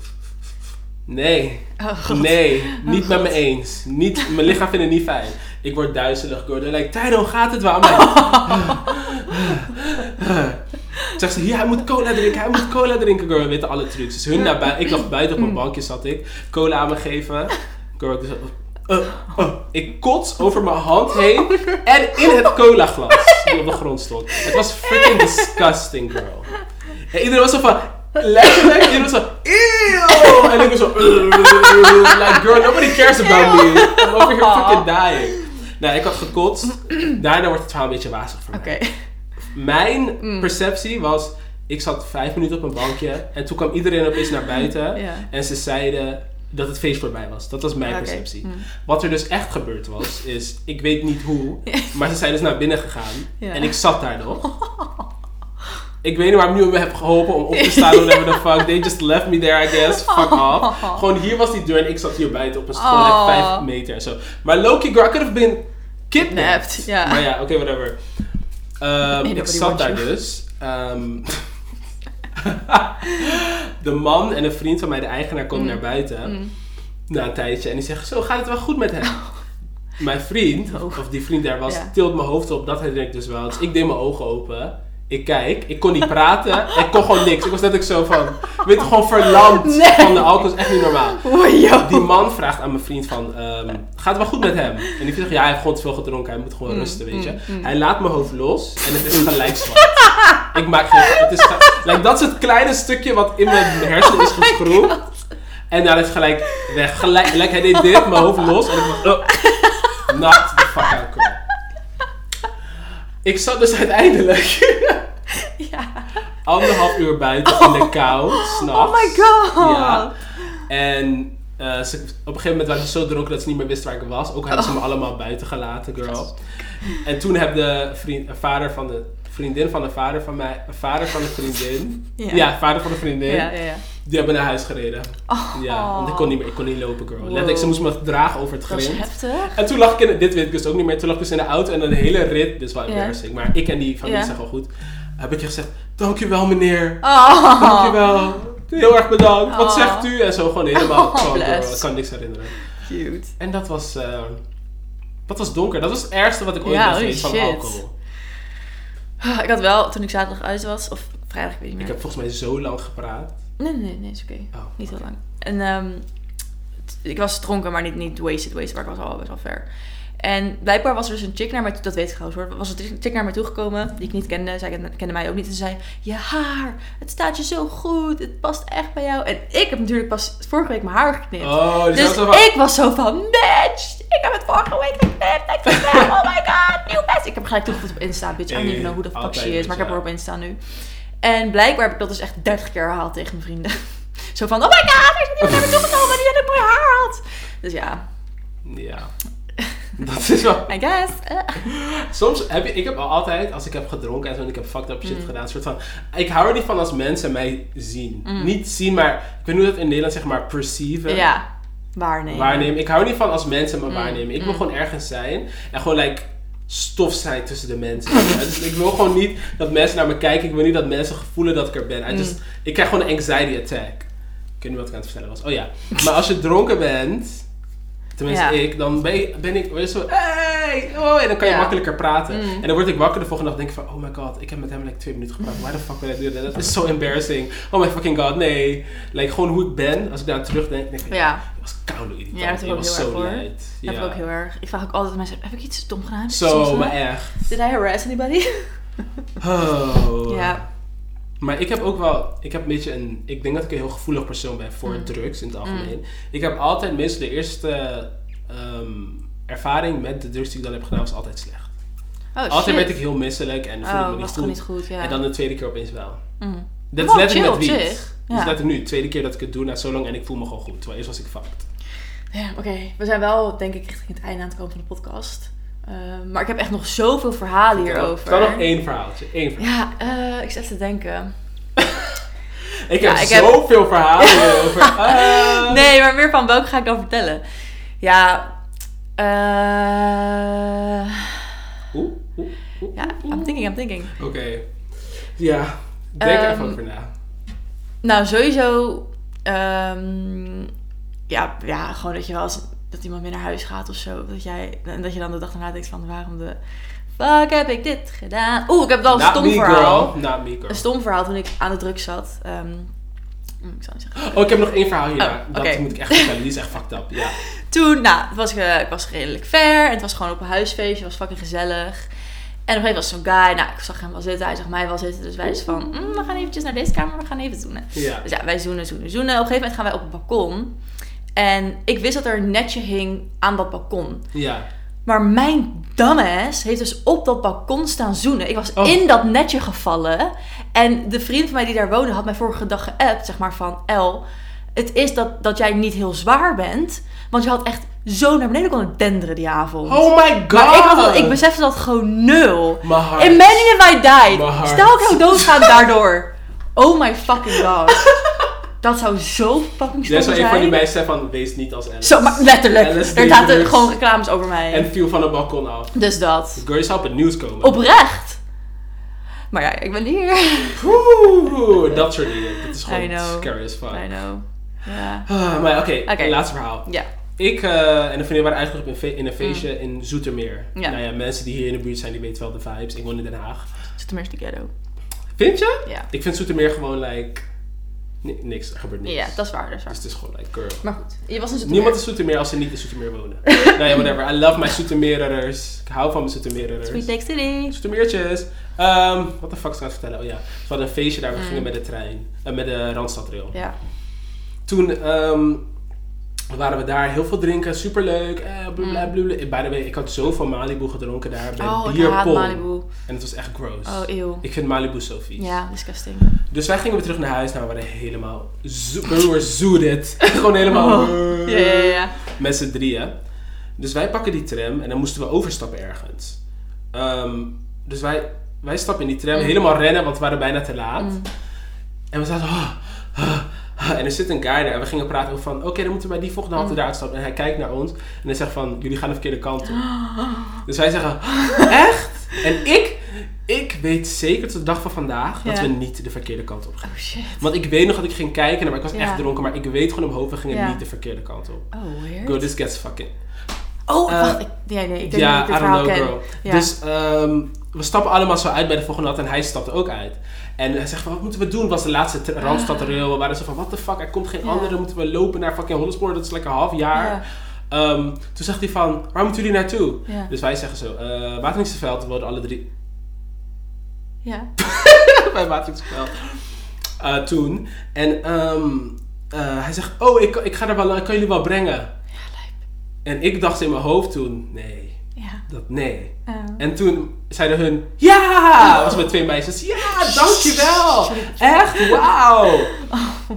[SPEAKER 1] Nee.
[SPEAKER 2] Oh god.
[SPEAKER 1] Nee. Niet
[SPEAKER 2] Oh,
[SPEAKER 1] met me eens. Niet, mijn lichaam vindt het niet fijn. Ik word duizelig. Gordon like, Tyrone gaat het wel? Maar... Zegt ze, ja, hij moet cola drinken, hij moet cola drinken, girl. We weten alle trucs. Dus hun naar buiten, ik lag buiten
[SPEAKER 2] Mm.
[SPEAKER 1] op mijn bankje zat ik, cola aan me geven. Girl, ik, dus, eh, eh. ik kots over mijn hand heen en in het cola glas die op de grond stond. Het was freaking disgusting, girl. En iedereen was zo van, letterlijk, iedereen was zo, eeuw. En ik was zo, eh, like, girl, nobody cares about me. I'm over here fucking dying. Nou, ik had gekotst. Daarna wordt het verhaal een beetje wazig voor mij.
[SPEAKER 2] Oké.
[SPEAKER 1] Mijn perceptie was, ik zat vijf minuten op een bankje en toen kwam iedereen opeens naar buiten
[SPEAKER 2] Ja.
[SPEAKER 1] en ze zeiden dat het feest voorbij was. Dat was mijn
[SPEAKER 2] Oké,
[SPEAKER 1] perceptie.
[SPEAKER 2] mm.
[SPEAKER 1] Wat er dus echt gebeurd was, is, ik weet niet hoe, maar ze zijn dus naar binnen gegaan
[SPEAKER 2] Ja.
[SPEAKER 1] en ik zat daar nog. Ik weet niet waarom nu me heb geholpen om op te staan. Whatever the fuck. They just left me there, I guess. Fuck off.
[SPEAKER 2] Oh.
[SPEAKER 1] Gewoon hier was die deur en ik zat hier buiten op een school.
[SPEAKER 2] Oh.
[SPEAKER 1] Like vijf meter en zo. Maar Loki, girl, I could have been kidnapped.
[SPEAKER 2] Napped, ja.
[SPEAKER 1] Maar ja, oké, whatever. Ehm,
[SPEAKER 2] nobody
[SPEAKER 1] ik zat
[SPEAKER 2] wants
[SPEAKER 1] daar
[SPEAKER 2] you.
[SPEAKER 1] dus. Ehm, de man en een vriend van mij, de eigenaar,
[SPEAKER 2] Mm.
[SPEAKER 1] komt naar buiten. Na een tijdje. En die zegt, zo gaat het wel goed met hem. Mijn vriend,
[SPEAKER 2] Oh.
[SPEAKER 1] of die vriend daar was,
[SPEAKER 2] Ja.
[SPEAKER 1] tilt mijn hoofd op. Dat herinner ik dus wel. Dus ik deed mijn ogen open. Ik kijk. Ik kon niet praten. Ik kon gewoon niks. Ik was net ook zo van... Weet je, gewoon verlamd
[SPEAKER 2] Nee.
[SPEAKER 1] van de alcohol. is echt niet normaal.
[SPEAKER 2] Oei, joh.
[SPEAKER 1] Die man vraagt aan mijn vriend van... ehm, gaat het wel goed met hem? En die zegt, ja, hij heeft gewoon te veel gedronken. Hij moet gewoon
[SPEAKER 2] Mm,
[SPEAKER 1] rusten, weet je. Hij laat mijn hoofd los. En het is gelijk zwart. ik maak geen... Het is ge- like, dat is het kleine stukje wat in mijn hersenen
[SPEAKER 2] Oh
[SPEAKER 1] is geschroefd. En daar is gelijk weg. Gelijk, like, hij deed dit, mijn hoofd los. En ik dacht, oh, not the fuck out, girl. Ik zat dus uiteindelijk
[SPEAKER 2] Ja.
[SPEAKER 1] anderhalf uur buiten in de kou, s'nachts.
[SPEAKER 2] Oh my god.
[SPEAKER 1] Ja. En eh, ze, op een gegeven moment waren ze zo dronken dat ze niet meer wisten waar ik was. Ook hadden ze
[SPEAKER 2] Oh.
[SPEAKER 1] me allemaal buiten gelaten, girl. En toen heb de vriend, eh, vader van de vriendin van de vader van mij... Vader van de vriendin.
[SPEAKER 2] Ja.
[SPEAKER 1] Ja, vader van de vriendin.
[SPEAKER 2] Ja, ja, ja.
[SPEAKER 1] Die hebben naar huis gereden.
[SPEAKER 2] Oh.
[SPEAKER 1] Ja, want ik kon niet, meer, ik kon niet lopen, girl.
[SPEAKER 2] Wow.
[SPEAKER 1] Letterlijk, ze moest me dragen over het
[SPEAKER 2] Dat is
[SPEAKER 1] grind.
[SPEAKER 2] heftig.
[SPEAKER 1] En toen lag ik in, dit weet ik dus ook niet meer, toen lag ik dus in de auto en een hele rit, dit is wel
[SPEAKER 2] Ja.
[SPEAKER 1] embarrassing, maar ik en die familie
[SPEAKER 2] Ja.
[SPEAKER 1] zijn gewoon goed, heb ik je gezegd, dankjewel meneer,
[SPEAKER 2] Oh.
[SPEAKER 1] dankjewel, heel erg bedankt, wat
[SPEAKER 2] Oh.
[SPEAKER 1] zegt u? En zo gewoon helemaal,
[SPEAKER 2] Oh,
[SPEAKER 1] gewoon, girl,
[SPEAKER 2] bless.
[SPEAKER 1] ik kan niks herinneren.
[SPEAKER 2] Cute.
[SPEAKER 1] En dat was, eh, dat was donker, dat was het ergste wat ik ooit
[SPEAKER 2] Ja,
[SPEAKER 1] was
[SPEAKER 2] holy
[SPEAKER 1] weet van
[SPEAKER 2] shit.
[SPEAKER 1] alcohol.
[SPEAKER 2] Ah, Ik had wel, toen ik zaterdag uit was, of vrijdag, ik weet niet
[SPEAKER 1] Ik
[SPEAKER 2] meer.
[SPEAKER 1] heb volgens mij zo lang gepraat.
[SPEAKER 2] Nee, nee, nee, is oké.
[SPEAKER 1] Oh,
[SPEAKER 2] Niet heel
[SPEAKER 1] oké.
[SPEAKER 2] lang. En ehm, t- ik was dronken, maar niet, niet wasted, wasted, maar ik was al best wel ver. En blijkbaar was er dus een chick naar mij toe, dat weet ik trouwens hoor, was een chick naar mij toegekomen die ik niet kende. Zij kende, kende mij ook niet. En ze zei, je haar, het staat je zo goed, het past echt bij jou. En ik heb natuurlijk pas vorige week mijn haar geknipt.
[SPEAKER 1] Oh, die
[SPEAKER 2] Dus
[SPEAKER 1] zat zo van-
[SPEAKER 2] ik was zo van, bitch, ik heb het vorige week geknipt, ik ben weg, oh my god, nieuw best. Ik heb gelijk toegevoegd op Insta, bitch, I don't even know who the fuck
[SPEAKER 1] Altijd
[SPEAKER 2] she is, maar ik
[SPEAKER 1] bitch,
[SPEAKER 2] heb haar
[SPEAKER 1] ja.
[SPEAKER 2] op Insta nu. En blijkbaar heb ik dat dus echt 30 keer herhaald tegen mijn vrienden. Zo van, oh my god, er is iemand naar me toegekomen die een mooi haar had. Dus ja,
[SPEAKER 1] Ja, dat is wel...
[SPEAKER 2] I guess. eh.
[SPEAKER 1] Soms heb je, ik heb al altijd, als ik heb gedronken en zo en ik heb fucked up
[SPEAKER 2] Mm.
[SPEAKER 1] shit gedaan, soort van, ik hou er niet van als mensen mij zien. Niet zien, maar, ik weet niet hoe dat in Nederland zeg maar, perceiven,
[SPEAKER 2] Mm. Ja, waarnemen.
[SPEAKER 1] waarnemen. Ik hou er niet van als mensen
[SPEAKER 2] Mm.
[SPEAKER 1] me waarnemen. Ik wil gewoon ergens zijn en gewoon, like, stof zijn tussen de mensen. Ja, dus ik wil gewoon niet dat mensen naar me kijken. Ik wil niet dat mensen voelen dat ik er ben. I
[SPEAKER 2] Mm.
[SPEAKER 1] just- ik krijg gewoon een anxiety attack. Ik weet niet wat ik aan het vertellen was. Oh ja, maar als je dronken bent... Tenminste,
[SPEAKER 2] Ja.
[SPEAKER 1] ik, dan ben, je- ben ik weer zo, hey, oh, en dan kan je
[SPEAKER 2] Ja. Mm.
[SPEAKER 1] makkelijker praten. En dan word ik wakker de volgende dag en denk ik van, oh my god, ik heb met hem like twee minuten gepraat. Why the fuck would I do that? Dat is zo embarrassing. Oh my fucking god, nee. Like, gewoon hoe ik ben, als ik daar aan terugdenk, denk ik,
[SPEAKER 2] Ja.
[SPEAKER 1] ja, ik was koude irritant.
[SPEAKER 2] Ja, dat heb ik
[SPEAKER 1] ik
[SPEAKER 2] ook
[SPEAKER 1] was
[SPEAKER 2] heel
[SPEAKER 1] zo
[SPEAKER 2] erg, hoor.
[SPEAKER 1] leid.
[SPEAKER 2] Dat heb ik ook heel erg. Ik vraag ook altijd aan mensen, heb ik iets dom gedaan? Heb ik iets doms
[SPEAKER 1] Zo,
[SPEAKER 2] gedaan?
[SPEAKER 1] maar echt.
[SPEAKER 2] Did I harass anybody?
[SPEAKER 1] Oh.
[SPEAKER 2] Ja.
[SPEAKER 1] Maar ik heb ook wel, ik heb een beetje een, ik denk dat ik een heel gevoelig persoon ben
[SPEAKER 2] Mm.
[SPEAKER 1] voor drugs in het algemeen. Ik heb altijd, meestal de eerste ehm, ervaring met de drugs die ik dan heb gedaan, was altijd slecht.
[SPEAKER 2] Oh, shit.
[SPEAKER 1] altijd werd ik heel misselijk en voelde
[SPEAKER 2] Oh,
[SPEAKER 1] ik me
[SPEAKER 2] was
[SPEAKER 1] niet
[SPEAKER 2] gewoon
[SPEAKER 1] goed.
[SPEAKER 2] niet goed, ja.
[SPEAKER 1] En dan de tweede keer opeens wel.
[SPEAKER 2] Mm.
[SPEAKER 1] Dat is
[SPEAKER 2] Wow,
[SPEAKER 1] letterlijk met
[SPEAKER 2] chill op
[SPEAKER 1] wiet.
[SPEAKER 2] zich.
[SPEAKER 1] Dat
[SPEAKER 2] Ja.
[SPEAKER 1] is letterlijk nu, tweede keer dat ik het doe na zo lang en ik voel me gewoon goed. Terwijl eerst was ik fucked.
[SPEAKER 2] Ja, oké. We zijn wel, denk ik, richting het einde aan het komen van de podcast. Eh, maar ik heb echt nog zoveel verhalen hierover.
[SPEAKER 1] Dan nog één verhaaltje, één verhaal.
[SPEAKER 2] Ja, eh, ik zit te denken.
[SPEAKER 1] Ik
[SPEAKER 2] Ja,
[SPEAKER 1] heb
[SPEAKER 2] ik heb-
[SPEAKER 1] zoveel verhalen over. Ah.
[SPEAKER 2] Nee, maar meer van welke ga ik dan vertellen? Ja, eh,
[SPEAKER 1] Oeh, oeh, oeh.
[SPEAKER 2] ja, I'm thinking, I'm thinking.
[SPEAKER 1] Oké. Ja, denk er even
[SPEAKER 2] Ehm,
[SPEAKER 1] over na.
[SPEAKER 2] Nou, sowieso, ehm, ja, ja, gewoon dat je wel eens, dat iemand weer naar huis gaat of zo. Dat jij, en dat je dan de dag daarna denkt van, waarom de fuck heb ik dit gedaan? Oeh, ik heb wel een
[SPEAKER 1] Not
[SPEAKER 2] stom
[SPEAKER 1] me,
[SPEAKER 2] verhaal. Dus-
[SPEAKER 1] girl. Not me, girl.
[SPEAKER 2] Een stom verhaal toen ik aan de drugs zat. Ehm, hm, ik zou niet zeggen.
[SPEAKER 1] Oh, ik heb nog één verhaal hier.
[SPEAKER 2] Oh,
[SPEAKER 1] dat
[SPEAKER 2] oké.
[SPEAKER 1] moet ik echt vertellen. Die is echt fucked up. Ja.
[SPEAKER 2] Toen, nou, het was, eh, ik was redelijk ver. En het was gewoon op een huisfeestje. Het was fucking gezellig. En op een gegeven moment was zo'n guy. Nou, ik zag hem wel zitten. Hij zag mij wel zitten. Dus wij dus van, "Mm, we gaan eventjes naar deze kamer. We gaan even zoenen.
[SPEAKER 1] Ja.
[SPEAKER 2] Dus ja, wij zoenen, zoenen, zoenen. Op een gegeven moment gaan wij op het balkon. En ik wist dat er een netje hing aan dat balkon.
[SPEAKER 1] Ja.
[SPEAKER 2] Maar mijn dumbass heeft dus op dat balkon staan zoenen. Ik was
[SPEAKER 1] Oh.
[SPEAKER 2] in dat netje gevallen. En de vriend van mij die daar woonde had mij vorige dag geappt, zeg maar, van... El, het is dat, dat jij niet heel zwaar bent. Want je had echt zo naar beneden konden denderen die avond.
[SPEAKER 1] Oh my god!
[SPEAKER 2] Maar ik, had dat, ik besefte dat gewoon nul.
[SPEAKER 1] Mijn hart.
[SPEAKER 2] Imagine if I died.
[SPEAKER 1] Mijn hart.
[SPEAKER 2] Stel ik zou doodgaan daardoor. Oh my fucking god. Dat zou zo
[SPEAKER 1] Dit
[SPEAKER 2] fucking stom
[SPEAKER 1] is wel een van die
[SPEAKER 2] zijn.
[SPEAKER 1] meisjes zei van, wees niet als Alice.
[SPEAKER 2] Zo, maar letterlijk.
[SPEAKER 1] Alice
[SPEAKER 2] er zaten
[SPEAKER 1] Davis.
[SPEAKER 2] gewoon reclames over mij.
[SPEAKER 1] En viel van een balkon af.
[SPEAKER 2] Dus dat.
[SPEAKER 1] Girl, je zou op het nieuws komen.
[SPEAKER 2] Oprecht. Maar ja, ik ben hier.
[SPEAKER 1] Oeh, dat soort dingen. Dat is
[SPEAKER 2] I
[SPEAKER 1] gewoon
[SPEAKER 2] know.
[SPEAKER 1] scary as fuck.
[SPEAKER 2] I know. Ja.
[SPEAKER 1] Ah, maar oké,
[SPEAKER 2] Oké.
[SPEAKER 1] laatste verhaal.
[SPEAKER 2] Ja.
[SPEAKER 1] Ik eh, en een vriendin waren eigenlijk op een, fe- in een feestje in Zoetermeer.
[SPEAKER 2] Mm. Ja.
[SPEAKER 1] Nou ja, mensen die hier in de buurt zijn, die weten wel de vibes. Ik woon in Den Haag.
[SPEAKER 2] Zit tenminste ghetto.
[SPEAKER 1] Vind je?
[SPEAKER 2] Ja.
[SPEAKER 1] Ik vind Zoetermeer gewoon, like, ni- niks. Er gebeurt niks.
[SPEAKER 2] Ja, dat is waar. Dat is waar.
[SPEAKER 1] Dus het is gewoon, like, girl.
[SPEAKER 2] Maar goed, je was een
[SPEAKER 1] Niemand is Zoetermeer als ze niet in Zoetermeer wonen. nou ja, whatever. I love my Zoetermeerers. Ik hou van mijn Zoetermeerers.
[SPEAKER 2] Sweet Lake City.
[SPEAKER 1] Stoemeertjes. Ehm wat de fuck zou ik vertellen? Oh ja, we hadden een feestje
[SPEAKER 2] Mm.
[SPEAKER 1] daar. We gingen met de trein. eh, met de Randstadrail.
[SPEAKER 2] Ja.
[SPEAKER 1] Toen ehm, waren we daar. Heel veel drinken. Superleuk. Eh, bla, bla, bla. By the way, ik had zoveel Malibu gedronken daar. Bij
[SPEAKER 2] Mm. Oh, ik
[SPEAKER 1] bierpong.
[SPEAKER 2] haat Malibu.
[SPEAKER 1] En het was echt gross.
[SPEAKER 2] Oh, eeuw.
[SPEAKER 1] Ik vind Malibu zo vies.
[SPEAKER 2] Ja, disgusting.
[SPEAKER 1] Dus wij gingen weer terug naar huis. Nou, we waren helemaal... zo- We were zooted. Gewoon helemaal...
[SPEAKER 2] Oh. Ja, ja, ja.
[SPEAKER 1] Met z'n drieën. Dus wij pakken die tram en dan moesten we overstappen ergens. Ehm, dus wij, wij stappen in die tram,
[SPEAKER 2] Mm.
[SPEAKER 1] helemaal rennen, want we waren bijna te laat. En we zaten... "Ah, ah, ah." En er zit een guy daar en we gingen praten over van... Oké, dan moeten we bij die volgende
[SPEAKER 2] Mm.
[SPEAKER 1] halte daar uitstappen. En hij kijkt naar ons en hij zegt van... Jullie gaan de verkeerde kant op. Dus wij zeggen... "Ah, Echt? En ik... Ik weet zeker tot de dag van vandaag dat
[SPEAKER 2] Ja.
[SPEAKER 1] we niet de verkeerde kant op gaan.
[SPEAKER 2] Oh shit.
[SPEAKER 1] Want ik weet nog dat ik ging kijken, maar ik was
[SPEAKER 2] Ja.
[SPEAKER 1] echt dronken. Maar ik weet gewoon omhoog, we gingen
[SPEAKER 2] Ja.
[SPEAKER 1] niet de verkeerde kant op.
[SPEAKER 2] Oh, weird.
[SPEAKER 1] Go, this gets fucking.
[SPEAKER 2] Oh,
[SPEAKER 1] Eh,
[SPEAKER 2] wacht. Ik, nee, nee. Ik denk
[SPEAKER 1] Ja,
[SPEAKER 2] dat ik
[SPEAKER 1] I
[SPEAKER 2] het
[SPEAKER 1] don't
[SPEAKER 2] verhaal
[SPEAKER 1] know,
[SPEAKER 2] ken.
[SPEAKER 1] girl.
[SPEAKER 2] Ja.
[SPEAKER 1] Dus ehm, we stappen allemaal zo uit bij de volgende nat en hij stapte ook uit. En hij zegt van, wat moeten we doen? was de laatste tra- Randstadrail. We waren zo van, what the fuck, er komt geen
[SPEAKER 2] Ah. Ja.
[SPEAKER 1] andere. Moeten we lopen naar fucking Hondenspoor? Dat is lekker een half jaar.
[SPEAKER 2] Ja.
[SPEAKER 1] Ehm, toen zegt hij van, waar moeten jullie naartoe?
[SPEAKER 2] Ja.
[SPEAKER 1] Dus wij zeggen zo, eh Wateringsveld. We wonen alle drie
[SPEAKER 2] ja.
[SPEAKER 1] bij Wateringsveld. Eh, toen. En ehm, eh, hij zegt, oh, ik, ik ga er wel, ik kan jullie wel brengen.
[SPEAKER 2] Ja, lijp.
[SPEAKER 1] En ik dacht in mijn hoofd toen, nee,
[SPEAKER 2] Ja.
[SPEAKER 1] dat nee.
[SPEAKER 2] Eh,
[SPEAKER 1] En toen zeiden hun, ja! Dat was met twee meisjes, ja, dankjewel! Echt, wauw!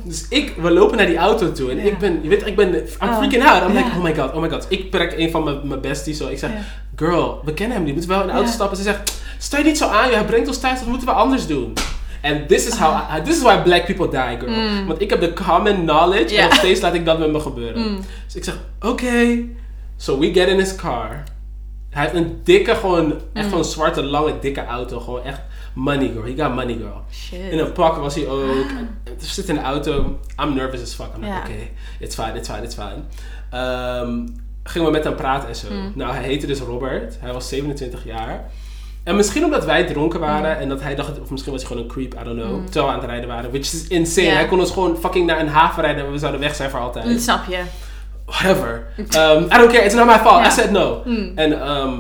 [SPEAKER 1] Dus ik, we lopen naar die auto toe en
[SPEAKER 2] Oh. Ja.
[SPEAKER 1] ik ben, je weet, ik ben, I'm
[SPEAKER 2] Oh.
[SPEAKER 1] freaking out. I'm like,
[SPEAKER 2] Ja.
[SPEAKER 1] oh my god, oh my god. Ik trek een van mijn- mijn besties zo, ik zeg,
[SPEAKER 2] Ja.
[SPEAKER 1] girl, we kennen hem, die moet wel in de auto
[SPEAKER 2] Ja.
[SPEAKER 1] stappen. Ze zegt, stel je niet zo aan, hij brengt ons thuis, dat moeten we anders doen. En this is how, I- this is why black people die, girl.
[SPEAKER 2] Ah. Mm.
[SPEAKER 1] Want ik heb de common knowledge
[SPEAKER 2] Ja.
[SPEAKER 1] en nog steeds laat ik dat met me gebeuren.
[SPEAKER 2] Mm.
[SPEAKER 1] Dus ik zeg, oké. So we get in his car. Hij heeft een dikke, gewoon echt zo'n zwarte, lange, dikke auto. Gewoon echt money girl. He got money girl.
[SPEAKER 2] Shit.
[SPEAKER 1] In een pak was hij ook. Er zit in de auto. I'm nervous as fuck. I'm like,
[SPEAKER 2] Ah. Ja.
[SPEAKER 1] oké, it's fine, it's fine, it's fine. Ehm, gingen we met hem praten en zo.
[SPEAKER 2] Hmm.
[SPEAKER 1] Nou, hij heette dus Robert. Hij was 27 jaar. En misschien omdat wij dronken
[SPEAKER 2] Hmm.
[SPEAKER 1] waren en dat hij dacht, of misschien was hij gewoon een creep, I don't know. Terwijl we aan het rijden waren, which is insane.
[SPEAKER 2] Ja. Hmm.
[SPEAKER 1] Hij kon ons gewoon fucking naar een haven rijden en we zouden weg zijn voor altijd
[SPEAKER 2] Dat Mm, snap je.
[SPEAKER 1] whatever. Um, I don't care, it's not my fault. I
[SPEAKER 2] Hmm. Ja.
[SPEAKER 1] said no.
[SPEAKER 2] Mm.
[SPEAKER 1] En ehm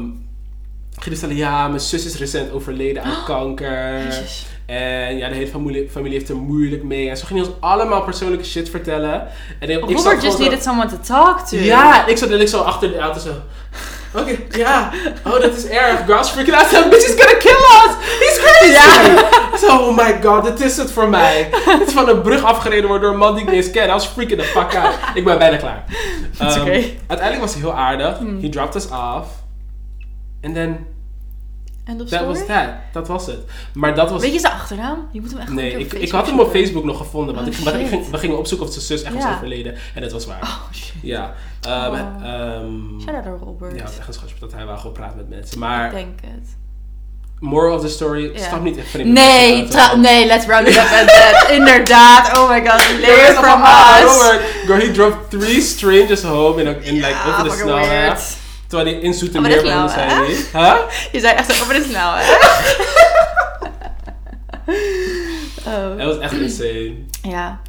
[SPEAKER 1] ging dus vertellen, ja, mijn zus is recent overleden aan kanker.
[SPEAKER 2] Oh. Jezus.
[SPEAKER 1] En ja, de hele familie, familie heeft er moeilijk mee. En zo ging hij ons allemaal persoonlijke shit vertellen. En ik, ik zat
[SPEAKER 2] Robert
[SPEAKER 1] gewoon
[SPEAKER 2] just
[SPEAKER 1] zo-
[SPEAKER 2] needed someone to talk to.
[SPEAKER 1] Ja, ik zat letterlijk zo achter de auto zo... Oké, ja. Oh, dat is erg. Girls freaking out. That bitch is gonna kill us. He's crazy. Ja. Zo, oh my god, dit is het voor mij. Dit is van een brug afgereden worden door een man die ik niet eens ken. I was freaking the fuck out. Ik ben bijna klaar.
[SPEAKER 2] It's
[SPEAKER 1] Ehm,
[SPEAKER 2] okay.
[SPEAKER 1] Uiteindelijk was hij heel aardig.
[SPEAKER 2] Hmm.
[SPEAKER 1] He dropped us off. And then,
[SPEAKER 2] End of
[SPEAKER 1] that
[SPEAKER 2] story?
[SPEAKER 1] was that. Dat was het. Maar dat was...
[SPEAKER 2] Weet je zijn achternaam? Je moet hem echt
[SPEAKER 1] Nee,
[SPEAKER 2] goed
[SPEAKER 1] ik,
[SPEAKER 2] op
[SPEAKER 1] ik had hem op Facebook nog gevonden. Want
[SPEAKER 2] Oh,
[SPEAKER 1] ik, maar ik
[SPEAKER 2] shit.
[SPEAKER 1] ging- we gingen opzoeken of zijn zus echt was
[SPEAKER 2] Ja.
[SPEAKER 1] overleden. En dat was waar.
[SPEAKER 2] Oh shit.
[SPEAKER 1] Ja. Ehm,
[SPEAKER 2] Oh.
[SPEAKER 1] ehm,
[SPEAKER 2] Shout out naar Robert.
[SPEAKER 1] ja, het is echt een schatje dat hij wel gewoon praat met mensen.
[SPEAKER 2] Ik
[SPEAKER 1] Maar
[SPEAKER 2] denk het.
[SPEAKER 1] moral of the story,
[SPEAKER 2] Ja.
[SPEAKER 1] stap niet echt van
[SPEAKER 2] Nee, tra- nee, let's round it up at that. Inderdaad. Oh my god, leer from us.
[SPEAKER 1] Robert, girl, he dropped three strangers home in, a- in like
[SPEAKER 2] Ja,
[SPEAKER 1] over de
[SPEAKER 2] fucking
[SPEAKER 1] snelweg.
[SPEAKER 2] weird.
[SPEAKER 1] Terwijl hij in
[SPEAKER 2] Oh, maar
[SPEAKER 1] Zoetermeer
[SPEAKER 2] dat is
[SPEAKER 1] woonde,
[SPEAKER 2] nou,
[SPEAKER 1] zei hij. Huh?
[SPEAKER 2] Je zei echt zo over de snelweg.
[SPEAKER 1] Dat
[SPEAKER 2] Oh.
[SPEAKER 1] was echt insane.
[SPEAKER 2] Ja.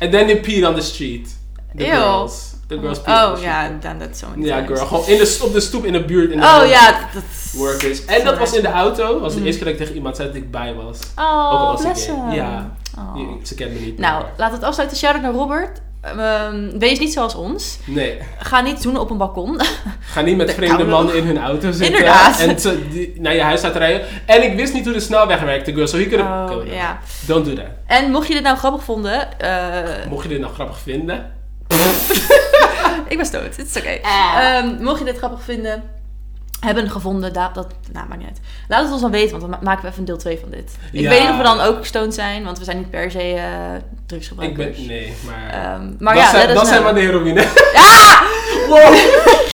[SPEAKER 1] And then they peed on the street. The
[SPEAKER 2] Ew.
[SPEAKER 1] girls. The girls peed on
[SPEAKER 2] Oh
[SPEAKER 1] the street.
[SPEAKER 2] ja, dan dat zo.
[SPEAKER 1] Ja, girl. Gewoon in de, s- op de stoep in de buurt. In de
[SPEAKER 2] Oh
[SPEAKER 1] buurt.
[SPEAKER 2] ja, dat is...
[SPEAKER 1] Workers. En dat was in de auto. Dat was de
[SPEAKER 2] Mm.
[SPEAKER 1] eerste keer dat ik tegen iemand zei dat ik bij was. Ook al
[SPEAKER 2] Oh,
[SPEAKER 1] was ik
[SPEAKER 2] bless
[SPEAKER 1] gay.
[SPEAKER 2] hem.
[SPEAKER 1] Ja.
[SPEAKER 2] Oh.
[SPEAKER 1] Je- Ze kent me niet.
[SPEAKER 2] Nou,
[SPEAKER 1] maar-
[SPEAKER 2] laat het afsluiten. Shout-out naar Robert. Ehm, wees niet zoals ons.
[SPEAKER 1] Nee.
[SPEAKER 2] Ga niet zoenen op een balkon.
[SPEAKER 1] Ga niet met
[SPEAKER 2] De
[SPEAKER 1] vreemde
[SPEAKER 2] koude
[SPEAKER 1] mannen in hun auto zitten.
[SPEAKER 2] Inderdaad.
[SPEAKER 1] En te- die- naar je huis laten rijden. En ik wist niet hoe de snelweg werkte, girl. So he could have
[SPEAKER 2] Oh, ja.
[SPEAKER 1] Don't do that.
[SPEAKER 2] En mocht je dit nou grappig vonden... eh,
[SPEAKER 1] Mocht je dit nou grappig vinden.
[SPEAKER 2] Ik ben stoot. Het is oké.
[SPEAKER 3] Ah.
[SPEAKER 2] Ehm, mocht je dit grappig vinden, hebben gevonden, da- dat, nou, maakt niet uit. Laat het ons dan weten, want dan ma- maken we even een deel 2 van dit. Ik
[SPEAKER 1] Ja.
[SPEAKER 2] weet niet of we dan ook stoned zijn, want we zijn niet per se eh,
[SPEAKER 1] Ik
[SPEAKER 2] drugsgebruikers.
[SPEAKER 1] ben... Nee, maar...
[SPEAKER 2] Ehm, Eh, maar
[SPEAKER 1] dat
[SPEAKER 2] ja,
[SPEAKER 1] zijn,
[SPEAKER 2] let us
[SPEAKER 1] dat zijn
[SPEAKER 2] know.
[SPEAKER 1] maar de heroïne.